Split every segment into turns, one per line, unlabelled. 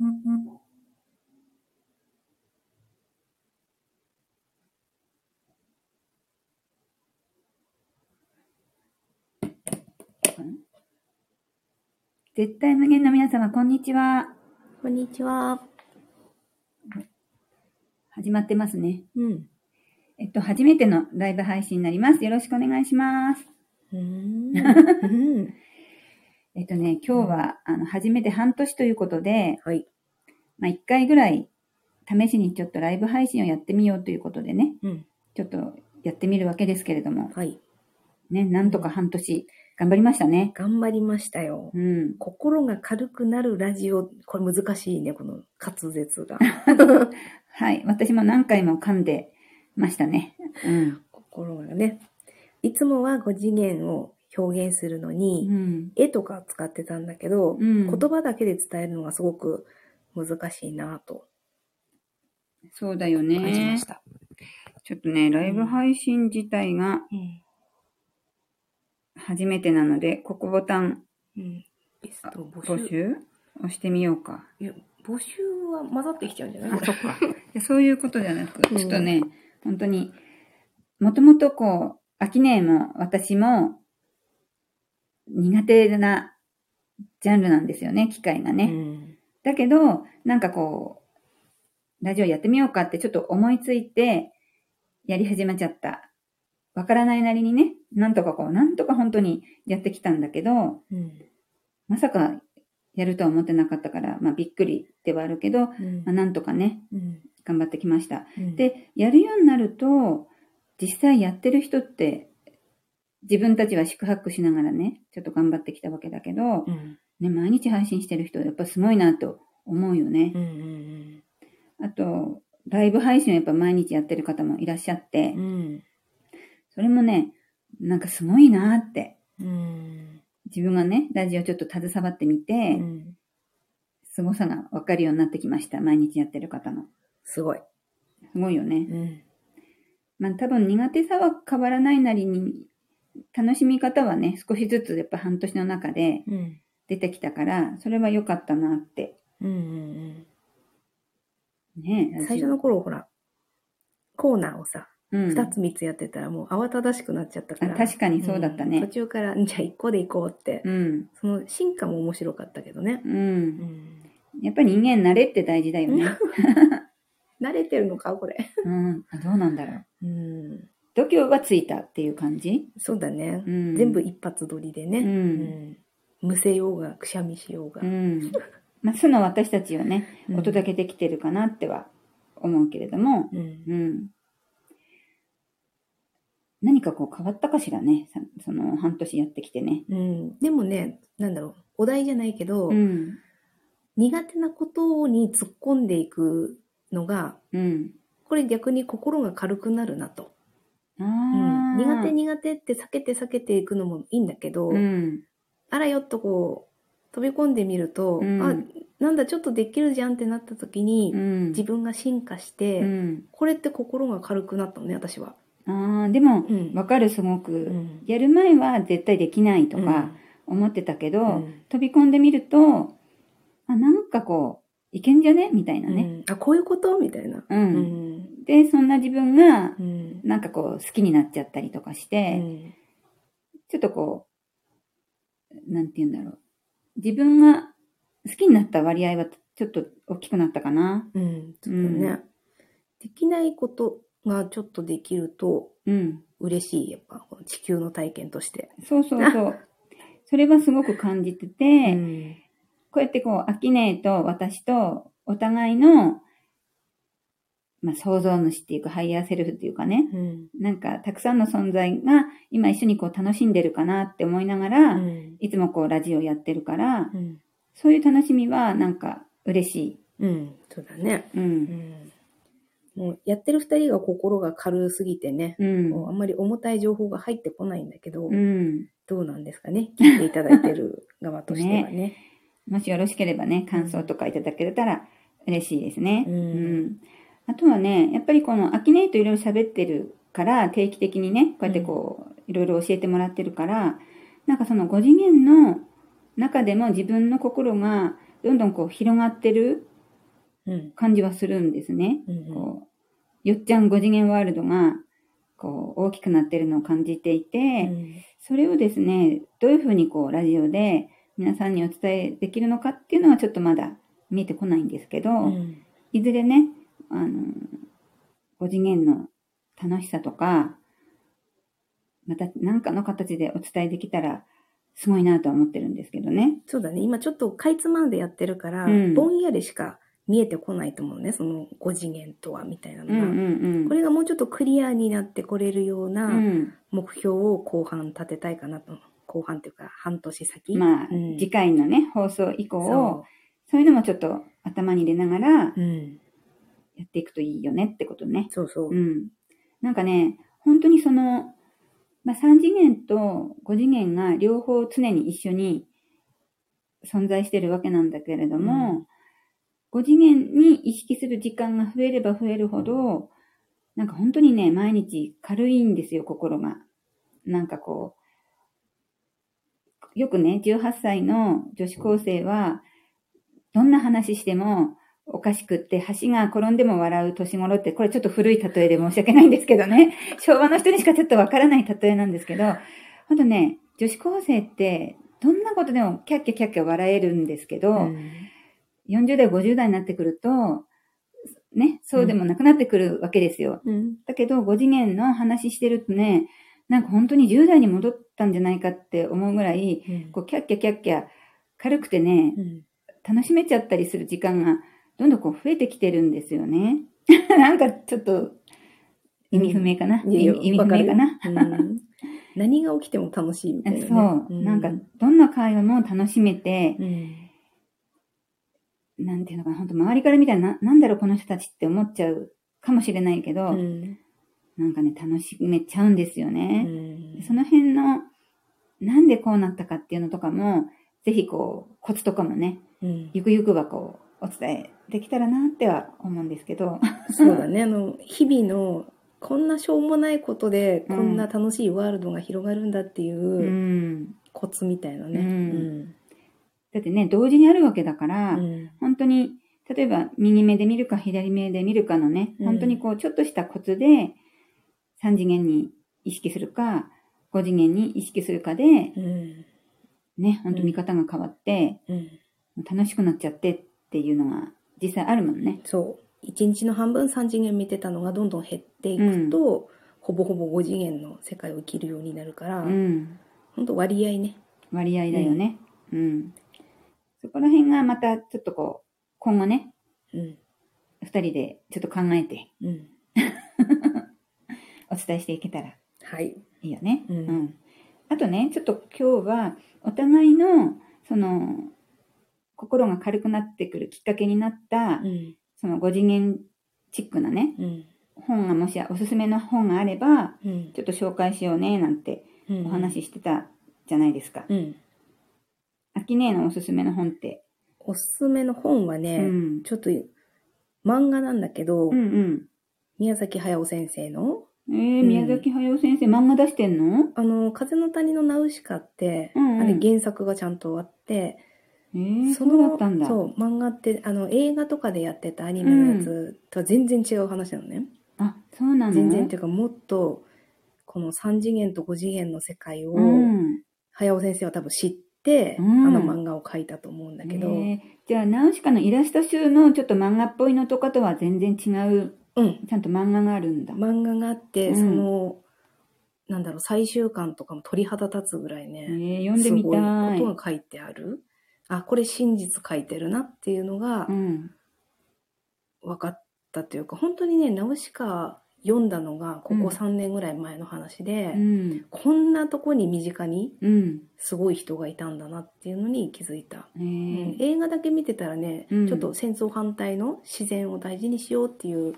うんうん。ん絶対無限の皆様、こんにちは。
こんにちは。
始まってますね。
うん。
えっと、初めてのライブ配信になります。よろしくお願いします。
うーん。うん。
えっとね、今日は、あの、初めて半年ということで、
はい。
まあ、一回ぐらい、試しにちょっとライブ配信をやってみようということでね、
うん。
ちょっとやってみるわけですけれども、
はい。
ね、なんとか半年、頑張りましたね。
頑張りましたよ。
うん。
心が軽くなるラジオ、これ難しいね、この滑舌 が。
はい。私も何回も噛んでましたね。うん。
心がね。いつもは5次元を表現するのに、
うん、
絵とか使ってたんだけど、
うん、
言葉だけで伝えるのがすごく難しいなと。
そうだよね。
感じました。
ちょっとね、ライブ配信自体が
うん
初めてなので、ここボタン、
うん。ゲス
あ
ト募集
募集押してみようか。
いや、募集は混ざってきちゃうんじゃない
あ、そっか。でそういうことじゃなく、
うん
ちょっとね、本当に、もともとこう、アキネも私も苦手なジャンルなんですよね、機械が
う
ね。
ん。
だけど、なんかこう、ラジオやってみようかってちょっと思いついて、やり始めちゃった。わからないなりにね、なんとかこう、なんとか本当にやってきたんだけど、
うん。
まさかやるとは思ってなかったから、まあびっくりではあるけど、ま
うん
あ、なんとかね、
うん
頑張ってきました。
うん、
で、やるようになると、実際やってる人って、自分たちは宿泊しながらね、ちょっと頑張ってきたわけだけど、
うん。
ね、毎日配信してる人、やっぱすごいなと思うよね
う。んうん
あと、ライブ配信をやっぱ毎日やってる方もいらっしゃっ
う
て
ん。う、ん。
それもね、なんかすごいなって、
うん。
自分がね、ラジオちょっと携わってみ
う
て、
ん。
凄さがわかるようになってきました。毎日やってる方の。
すごい。
すごいよね。
うん。
まあ多分苦手さは変わらないなりに、楽しみ方はね、少しずつやっぱ半年の中で
うん。
出てきたから、それは良かったなって。
うんうん
ね
うん。最初の頃、ほら、コーナーをさ、
うん
二つ三つやってたらもう慌ただしくなっちゃったから。
あ確かにそうだったね
ん途中から、じゃあ一個で行こうって。
うん。
その進化も面白かったけどね。
うん。
ん。
やっぱり人間慣れって大事だよ ね。
慣れてるのか、これ。
うん。あどうなんだろう。
うん。
度胸はついたっていう感じ、
そうだね。
うん、
全部一発撮りで
う。
ね。うんむせようが、くしゃみしようが。
うん。まあ、素の私たちをね、
うん
お届けできてるかなっては思うけれども、
うん
う。ん。何かこう変わったかしらね、さその半年やってきてね。
うん。でもね、なんだろう。お題じゃないけど、
うん。
苦手なことに突っ込んでいくのが、
うん。
これ逆に心が軽くなるなと。
あ
うん
あ、
苦手苦手って避けて避けていくのもいいんだけど、
うん。
あらよっとこう、飛び込んでみると、
うん
あ、なんだちょっとできるじゃんってなった時に、
うん。
自分が進化して、
うん。
これって心が軽くなったのね、私は。
ああ、でも、
うん
わかるすご
う
く。
ん
やる前は絶対できないとか、思ってたけど、
うん
飛び込んでみると、あ、なんかこう、いけんじゃねみたいな
うん
ね。
うんあ、こういうことみたいな。
うん
う。ん。
で、そんな自分が
う、ん。
なんかこう、好きになっちゃったりとかし
う
て、
ん
ちょっとこう、なんて言うんだろう。自分が好きになった割合はちょっと大きくなったかな。
うん。ちょっとね、
うん
できないことがちょっとできると
うん。
嬉しい。やっぱ、この地球の体験として。
そうそうそう。それはすごく感じてて、
うん
こうやってこう、アキネイと私とお互いの、まあ、創造主っていうか、ハイヤーセルフっていうかね、
うん。
なんか、たくさんの存在が今一緒にこう楽しんでるかなって思いながら、
うん。
いつもこうラジオやってるから、
うん。
そういう楽しみはなんか嬉しい。
うん。そうだね。
う。
うんんもうやってる二人が心が軽すぎてね、
うん。
もうあんまり重たい情報が入ってこないんだけど、
うん。
どうなんですかね聞いていただいてる側としてはね。
もしよろしければね、感想とかいただけたら嬉しいですね。
うん
あとはね、やっぱりこのアキネイといろいろ喋ってるから、定期的にね、こうやってこう、いろいろ教えてもらってるから、なんかその5次元の中でも自分の心がどんどんこう広がってる
うん。
感じはするんですね。
うんうん
こう、よっちゃん5次元ワールドが、こう、大きくなってるのを感じていて、
うん
それをですね、どういうふうにこう、ラジオで皆さんにお伝えできるのかっていうのはちょっとまだ見えてこないんですけど、
うん
いずれね、あの、5次元の楽しさとか、また何かの形でお伝えできたら、すごいなとは思ってるんですけどね。
そうだね。今ちょっとかいつまんでやってるから、
うん
ぼんやりしか見えてこないと思うね。その5次元とはみたいなの
う
が。
んうんうん。
これがもうちょっとクリアになってこれるよう
う。
なん目標を後半立てたいかなと。後半っていうか半年先。
まあ、
うん
次回のね、放送以降
そ
を、そういうのもちょっと頭に入れながら
う。うん。
やっていくといいよねってことね。
そうそうう。
ん。なんかね、本当にその、まあ、3次元と5次元が両方常に一緒に存在してるわけなんだけれども、5次元に意識する時間が増えれば増えるほど、なんか本当にね、毎日軽いんですよ、心が。なんかこう、よくね、18歳の女子高生は、どんな話してもおかしくって、橋が転んでも笑う年頃って、これちょっと古い例えで申し訳ないんですけどね、 昭和の人にしかちょっとわからない例えなんですけど、ほんとね、女子高生って、どんなことでもキャッキャキャッキャ笑えるんですけど、
うん
40代、50代になってくると、ね、そうでもなくなってくるわけですよ。
うん。
だけど、5次元の話してるとね、なんか本当に10代に戻ったんじゃないかって思うぐらい、
うん
こう、キャッキャキャッキャ、軽くてね、
うん
楽しめちゃったりする時間が、どんどんこう、増えてきてるんですよね。 なんか、ちょっと、意味不明かな、
いやい
意
や
味意味不明かな
うん何が起きても楽しいみたいなね。
そう、なんか、どんな会話も楽しめて、
うん
なんていうのかな、本当周りから見たらな、なんだろうこの人たちって思っちゃうかもしれないけど、
うん
なんかね、楽しめちゃうんですよ
う
ね。
ん
その辺の、なんでこうなったかっていうのとかも、ぜひこう、コツとかもね、
うん
ゆくゆくはこう、お伝えできたらなっては思うんですけど、
そうだね。あの、日々の、こんなしょうもないことで、こんな楽しいワールドが広がるんだっていうう、
ん。
コツみたいなね。
うんだってね、同時にあるわけだから、
うん
本当に、例えば右目で見るか左目で見るかのね、
うん
本当にこう、ちょっとしたコツで、3次元に意識するか、5次元に意識するかで、
うん
ね、本当見方が変わって、
うん
楽しくなっちゃってっていうのが実際あるもんね。
そう。一日の半分3次元見てたのがどんどん減っていくと、ほぼほぼ5次元の世界を生きるようになるから、
うん。
ほんと割合ね。
割合だよね。うん。そこら辺がまたちょっとこう、今後ね、
うん。
二人でちょっと考えて
うん。
お伝えしていけたら
はい。
いいよね。
うん
あとね、ちょっと今日はお互いの、その、心が軽くなってくるきっかけになった、
うん。
その5次元チックなね、
うん。
本がもしおすすめの本があれば、
うん
ちょっと紹介しようね、なんて
うん
お話ししてたじゃないですか。
うん。
アキネーのおすすめの本って。
おすすめの本はね、
うん。
ちょっと漫画なんだけど、
うん
宮崎駿先生の、
うん。えー、
うん
宮崎駿先生漫画出してんの
あの、風の谷のナウシカって、
うんうん
あれ原作がちゃんとあって、
えー、そうだったんだ。
そう、漫画って、あの、映画とかでやってたアニメのやつとは全然違う話なのね。
あ、そうなの
全然っていうか、もっと、この3次元と5次元の世界を、
うん。
駿先生は多分知って、
うん
あの漫画を描いたと思うんだけど、
えーじゃあ、ナウシカのイラスト集のちょっと漫画っぽいのとかとは全然違う、
うん、
ちゃんと漫画があるんだ。
漫画があって、
うん
その、なんだろう、最終巻とかも鳥肌立つぐらいね。
えー、読んでみたい。
すごいことが書いてある。あ、これ真実書いてるなっていうのが
うん。
分かったというか、本当にね、ナウシカ読んだのがここ3年ぐらい前の話で、
うん。
こんなとこに身近に
うん。
すごい人がいたんだなっていうのに気づいた。
えー
映画だけ見てたらね、
うん
ちょっと戦争反対の自然を大事にしようっていう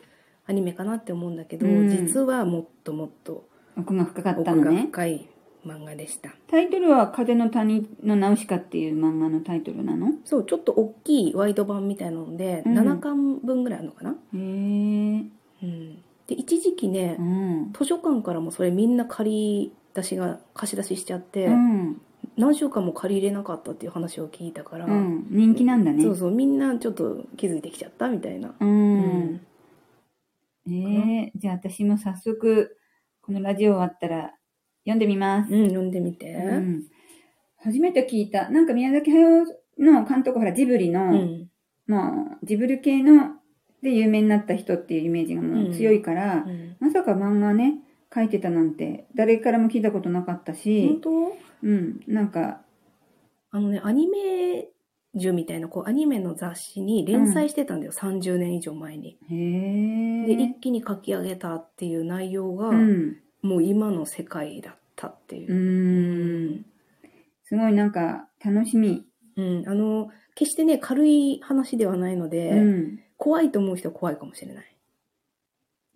アニメかなって思うんだけど、
うん
実はもっともっと
奥が深かっ
奥
たの
が
ね。
深い漫画でした。
タイトルは風の谷のナウシカっていう漫画のタイトルなの
そう、ちょっと大きいワイド版みたいなので、
うん
7巻分ぐらいあるのかな
へえー。
うんで一時期ね、
うん。
図書館からもそれみんな借り出しが貸し出ししちゃって、
うん。
何週間も借りれなかったっていう話を聞いたから、
うん、人気なんだね。
そうそうみんなちょっと気づいてきちゃったみたいな、
う
うん
ん。ええじゃあ私も早速、このラジオ終わったら読んでみます。
うん、読んでみて、
うん初めて聞いた、なんか宮崎駿の監督、ほら、ジブリ
う
の、
ん
まあ、ジブリ系ので有名になった人っていうイメージがもう強いから、
うん
まさか漫画ね、書いてたなんて、誰からも聞いたことなかった
本
し、
当
うん、なんか、
あのねアニメ10みたいなこうアニメの雑誌に連載してたんだよ、30年以上前に。
へえ
で一。気に書き上げたっていう内容が、
うん。
もう今の世界だったっていうう、
ーん。すごいなんか、楽しみ。
うんあの決してね軽い話ではないので、
うん。
怖いと思う人は怖いかもしれない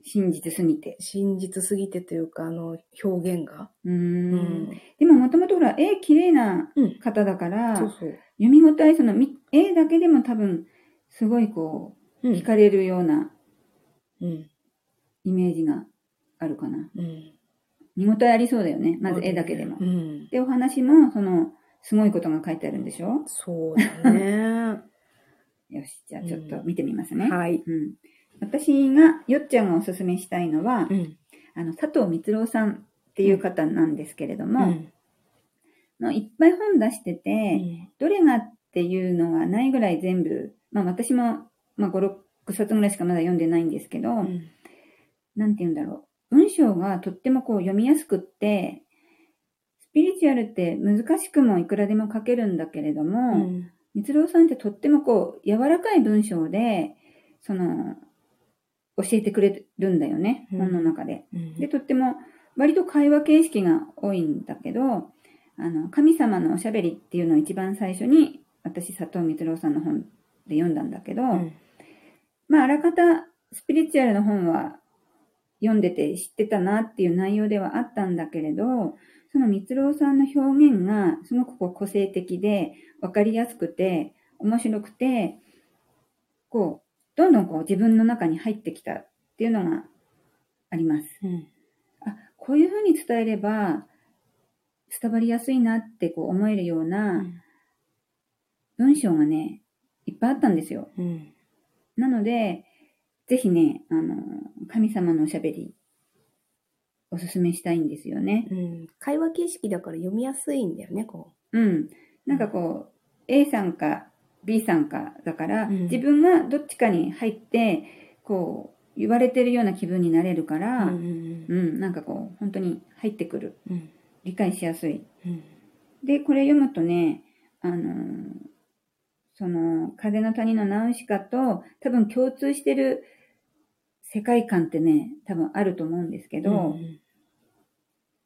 真実すぎて。
真実すぎてというかあの表現が、
うーん。
うん
でももともとほら、絵綺麗な
うん
方だから、
そうそう、
読み応え、そのみ絵だけでも多分、すごいこ
う
う、
ん
惹かれるような
うん
イメージがあるかな。
うん、
見応えありそうだよね。まず絵だけでも
う。ん、
で、お話も、その、すごいことが書いてあるんでしょ
そうだね
よし、じゃあちょっと見てみます ね。
はい、
うん。私が、よっちゃんがおすすめしたいのは、
うん
あの、佐藤光郎さんっていう方なんですけれど
う
も、
ん
のいっぱい本出してて、
うん
どれがっていうのがないぐらい全部、まあ私も、まあ5、6冊ぐらいしかまだ読んでないんですけど、
うん
なんて言うんだろう。文章がとってもこう読みやすくって、スピリチュアルって難しくもいくらでも書けるんだけれど
う
も、
ん
光郎さんってとってもこう柔らかい文章で、その、教えてくれるんだよね、
うん
本の中で。
うん
で、とっても、割と会話形式が多いんだけど、あの、神様のおしゃべりっていうのを一番最初に、私、佐藤光郎さんの本で読んだんだけど、
うん
まあ、あらかたスピリチュアルの本は読んでて知ってたなっていう内容ではあったんだけれど、その光郎さんの表現がすごくこう個性的で、わかりやすくて、面白くて、こう、どんどんこう自分の中に入ってきたっていうのがあります。
うん
あ、こういうふうに伝えれば、伝わりやすいなってこう思えるような文章がね、いっぱいあったんですよ。
うん
なので、ぜひね、あの、神様のおしゃべり、おすすめしたいんですよね。
うん会話形式だから読みやすいんだよねこ
うん。なんかこう、A さんか B さんかだから、
うん
自分がどっちかに入って、こう、言われてるような気分になれるか
う。
ら、
う
うんん、なんかこう、本当に入ってくる。
うん
理解しやすい。
うん
で、これ読むとね、あのーその、風の谷のナウシカと多分共通してる世界観ってね、多分あると思うんですけど、
うん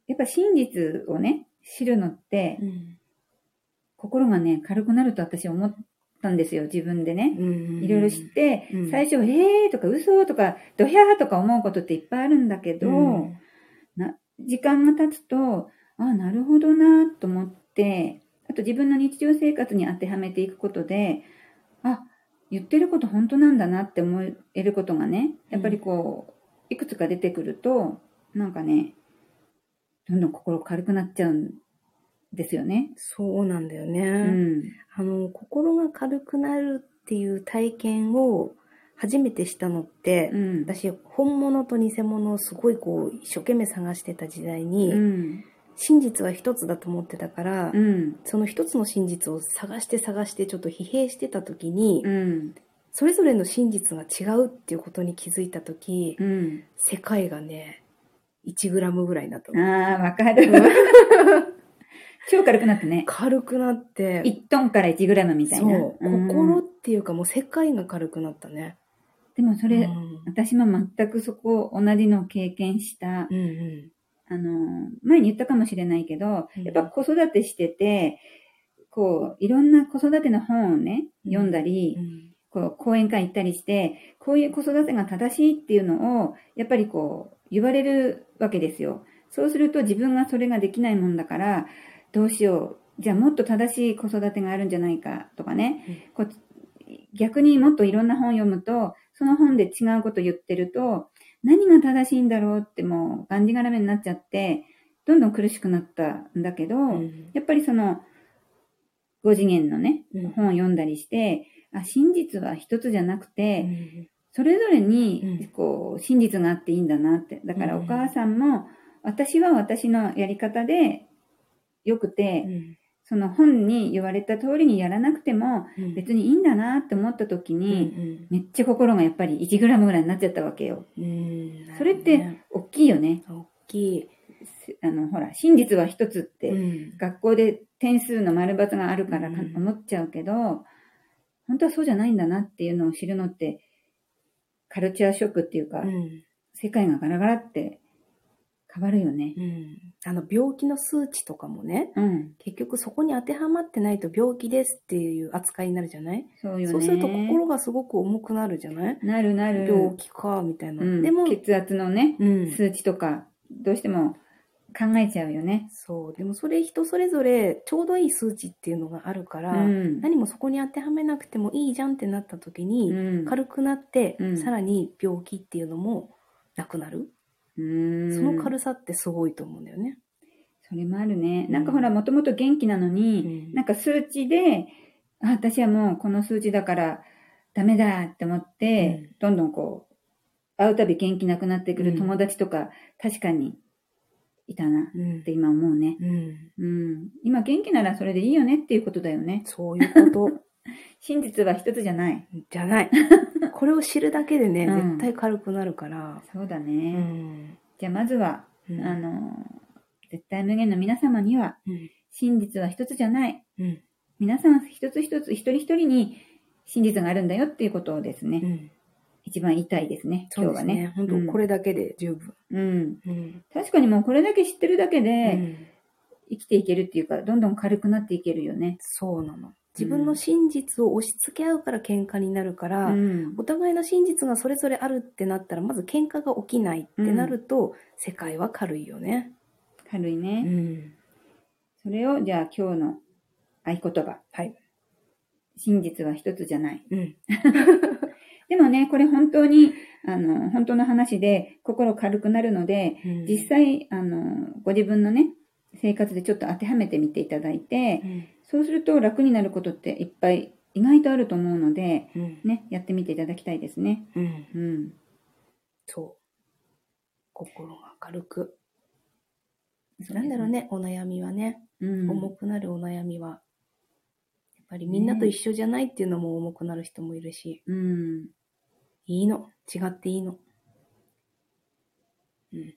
やっぱ真実をね、知るのって、
うん
心がね、軽くなると私思ったんですよ、自分でね。
うん
いろいろ知って、
うん
最初、えーとか嘘とか、ドヒャーとか思うことっていっぱいあるんだけど、
うん
時間が経つと、ああ、なるほどなと思って、あと自分の日常生活に当てはめていくことで、あ、言ってること本当なんだなって思えることがね、やっぱりこう、いくつか出てくると、なんかね、どんどん心軽くなっちゃうんですよね。
そうなんだよ
う
ね。
ん。
あの心が軽くなるっていう体験を初めてしたのって、
うん。
私本物と偽物をすごいこう一生懸命探してた時代に、
うん。
真実は一つだと思ってたから、
うん。
その一つの真実を探して探してちょっと疲弊してた時に、
うん。
それぞれの真実が違うっていうことに気づいた時、
うん。
世界がね1グラムぐらいになったの
ああ、わかる。 超軽くなったね。
軽くなって
1トンから1グラムみたいな。
そう、
うん
心っていうかもう世界が軽くなったね。
でもそれ、
うん
私も全くそこ同じのを経験した
う、ん
あの、前に言ったかもしれないけど、
うん
やっぱ子育てしてて、こう、いろんな子育ての本をね、
うん
読んだ
う
り、
ん
こう、講演会行ったりして、こういう子育てが正しいっていうのを、やっぱりこう、言われるわけですよ。そうすると自分がそれができないもんだから、どうしよう。じゃあもっと正しい子育てがあるんじゃないかとかね。こう逆にもっといろんな本読むと、その本で違うこと言ってると、何が正しいんだろうってもうがんじがらめになっちゃって、どんどん苦しくなったんだけど、
うん
やっぱりその、 5次元のね、
うん
本を読んだりして、あ、真実は一つじゃなくて、
うん
それぞれ
うん
に、こう、真実があっていいんだなって。だから
うん
お母さんも、私は私のやり方で良くて、その本に言われた通りにやらなくても、
うん
別にいいんだなって思った時
うん
に、めっちゃ心がやっぱり1グラムぐらいになっちゃったわけよ。
うんうん
それって、大きいよね。
大きい。
あの、ほら、真実は一つって、
うん
学校で点数の丸抜があるからか
うん
思っちゃうけど、本当はそうじゃないんだなっていうのを知るのって、カルチャーショックっていうか、
うん
世界がガラガラって変わるよね。
うんあの病気の数値とかもね、
うん。
結局そこに当てはまってないと病気ですっていう扱いになるじゃない
そうよね。
そうすると心がすごく重くなるじゃない、
なるなる。
病気か、みたいな。
うん、
でも、
血圧のね、
うん
数値とか、どうしても考えちゃうよね。
そう。でもそれ人それぞれちょうどいい数値っていうのがあるから、
うん。
何もそこに当てはめなくてもいいじゃんってなった時
う
に、
ん、
軽くなって、
うん
さらに病気っていうのもなくなる、
うん
その軽さってすごいと思うんだよね。
それもあるね。
うん
なんかほら、もともと元気なのに、
うん
なんか数値で、あ、私はもうこの数値だからダメだって思って、どんどんこう、会うたび元気なくなってく
う
る
ん
友達とか、確かにいたな
うん
って今思うね。
うん、
うん。今元気ならそれでいいよねっていうことだよね。
そういうこと
真実は一つじゃない。
じ ゃない。これを知るだけでね、
うん
絶対軽くなるから。
そうだ
う
ね。
ん。
じゃあまずは、
うん
あの、絶対無限の皆様には、
うん
真実は一つじゃない。
うん。
皆さん一つ一つ一人一人に真実があるんだよっていうことをですね、
うん。
一番言いたいですね、
そ
今
う
日は
です
ね
ね。。本
うん
当これだけで十分。
うん。
うん。
確かにもうこれだけ知ってるだけ
う
で
ん
生きていけるっていうか、どんどん軽くなっていけるよね。
そうなの。自分の真実を押し付け合うから喧嘩になるか
う
ら、
ん
お。互いの真実がそれぞれあるってなったら、まず喧嘩が起きないってなると、世界は軽いよね。
軽いうね。
ん。
それを、じゃあ今日の合言葉。
はい。
真実は一つじゃない。
うん。
でもね、これ本当に、あの、本当の話で心軽くなるので、実際、あの、ご自分のね、生活でちょっと当てはめてみていただいて、
うん。
そうすると楽になることっていっぱい意外とあると思うので、
うん。
ね、やってみていただきたいですね。
うん。
うん。
そう。心が軽く。
そうです
なんだろう。ね、お悩みはね。
うん。
重くなるお悩みは、やっぱりみんなと一緒じゃないっていうのも重くなる人もいるし、
うん。
いいの。違っていいの。うん。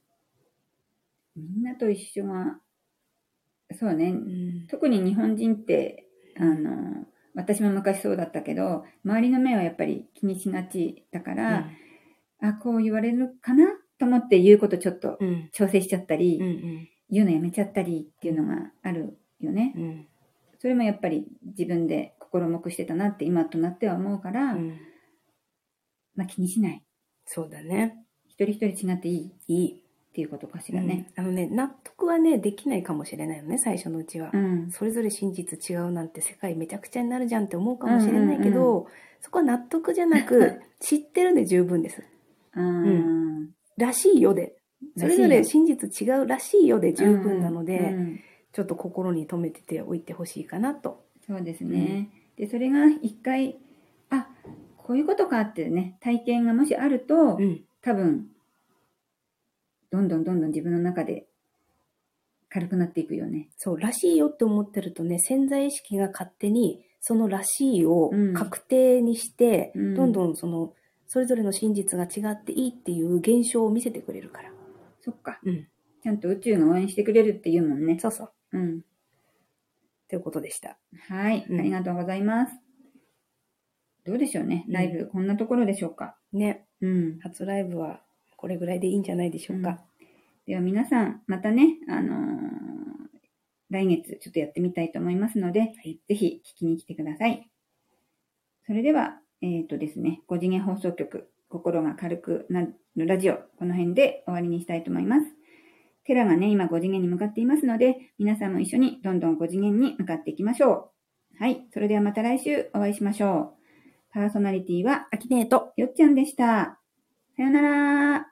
みんなと一緒が、そうね、
うん。
特に日本人って、あの、私も昔そうだったけど、周りの目はやっぱり気にしがちだから、あ、こう言われるかなと思って言うことちょっと
うん。
調整しちゃったり、
うん。うん。
言うのやめちゃったりっていうのがあるよね。
うん。
それもやっぱり自分で心もくしてたなって今となっては思うから、
うん。
まあ気にしない。
そうだね。
一人一人違っていいっ
いい。
ていうことかし
う
らね
ん。あのね、納得はね、できないかもしれないよね、最初のうちは
う。ん。
それぞれ真実違うなんて世界めちゃくちゃになるじゃんって思うかもしれないけど、
う
そこは納得じゃなく、知ってるんで十分です。
あー
らしいよで。それぞれ真実違うらしいよで十分なので、
うんうん
ちょっと心に留めてておいてほしいかなと。
そうですね。で、それが一回、あ、こういうことかってね、体験がもしあると、
ん。
多分、どんどんどんどん自分の中で軽くなっていくよね。
そう、らしいよって思ってるとね、潜在意識が勝手に、そのらしいを
うん
確定にして、
うん
どんどんその、それぞれの真実が違っていいっていう現象を見せてくれるから。
そっか。
うん。
ちゃんと宇宙が応援してくれるっていうもんね。
そうそう。
うん。
ということでした。
はい、
うん
ありがとうございます。どうでしょうね。ライブ、こんなところでしょうか。
ね、
うん。
初ライブはこれぐらいでいいんじゃないでしょうか。
では皆さん、またね、あのー来月ちょっとやってみたいと思いますので、ぜひ聞きに来てください。それでは、えっ、とですね、5次元放送局、心が軽くなるラジオ、この辺で終わりにしたいと思います。テラがね、今5次元に向かっていますので、皆さんも一緒にどんどん5次元に向かっていきましょう。はい、それではまた来週お会いしましょう。パーソナリティは、
アキネート。
よっちゃんでした。さよなら。